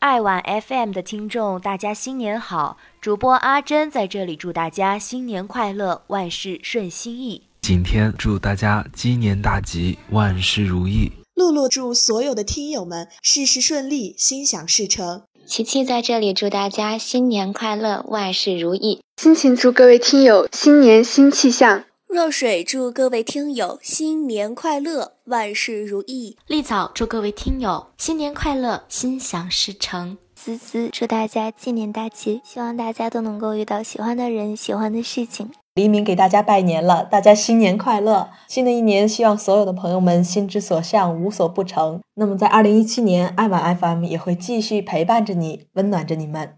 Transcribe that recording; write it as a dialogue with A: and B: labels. A: 爱晚 FM 的听众，大家新年好！主播阿珍在这里祝大家新年快乐，万事顺心意。
B: 今天祝大家鸡年大吉，万事如意。
C: 露露祝所有的听友们事事顺利，心想事成。
D: 琪琪在这里祝大家新年快乐，万事如意。
E: 辛勤祝各位听友新年新气象。
F: 若水祝各位听友新年快乐，万事如意。
G: 丽草祝各位听友新年快乐，心想事成。
H: 滋滋祝大家鸡年大吉，希望大家都能够遇到喜欢的人、喜欢的事情。
I: 黎明给大家拜年了，大家新年快乐！新的一年，希望所有的朋友们心之所向，无所不成。那么，在二零一七年，爱晚 FM 也会继续陪伴着你，温暖着你们。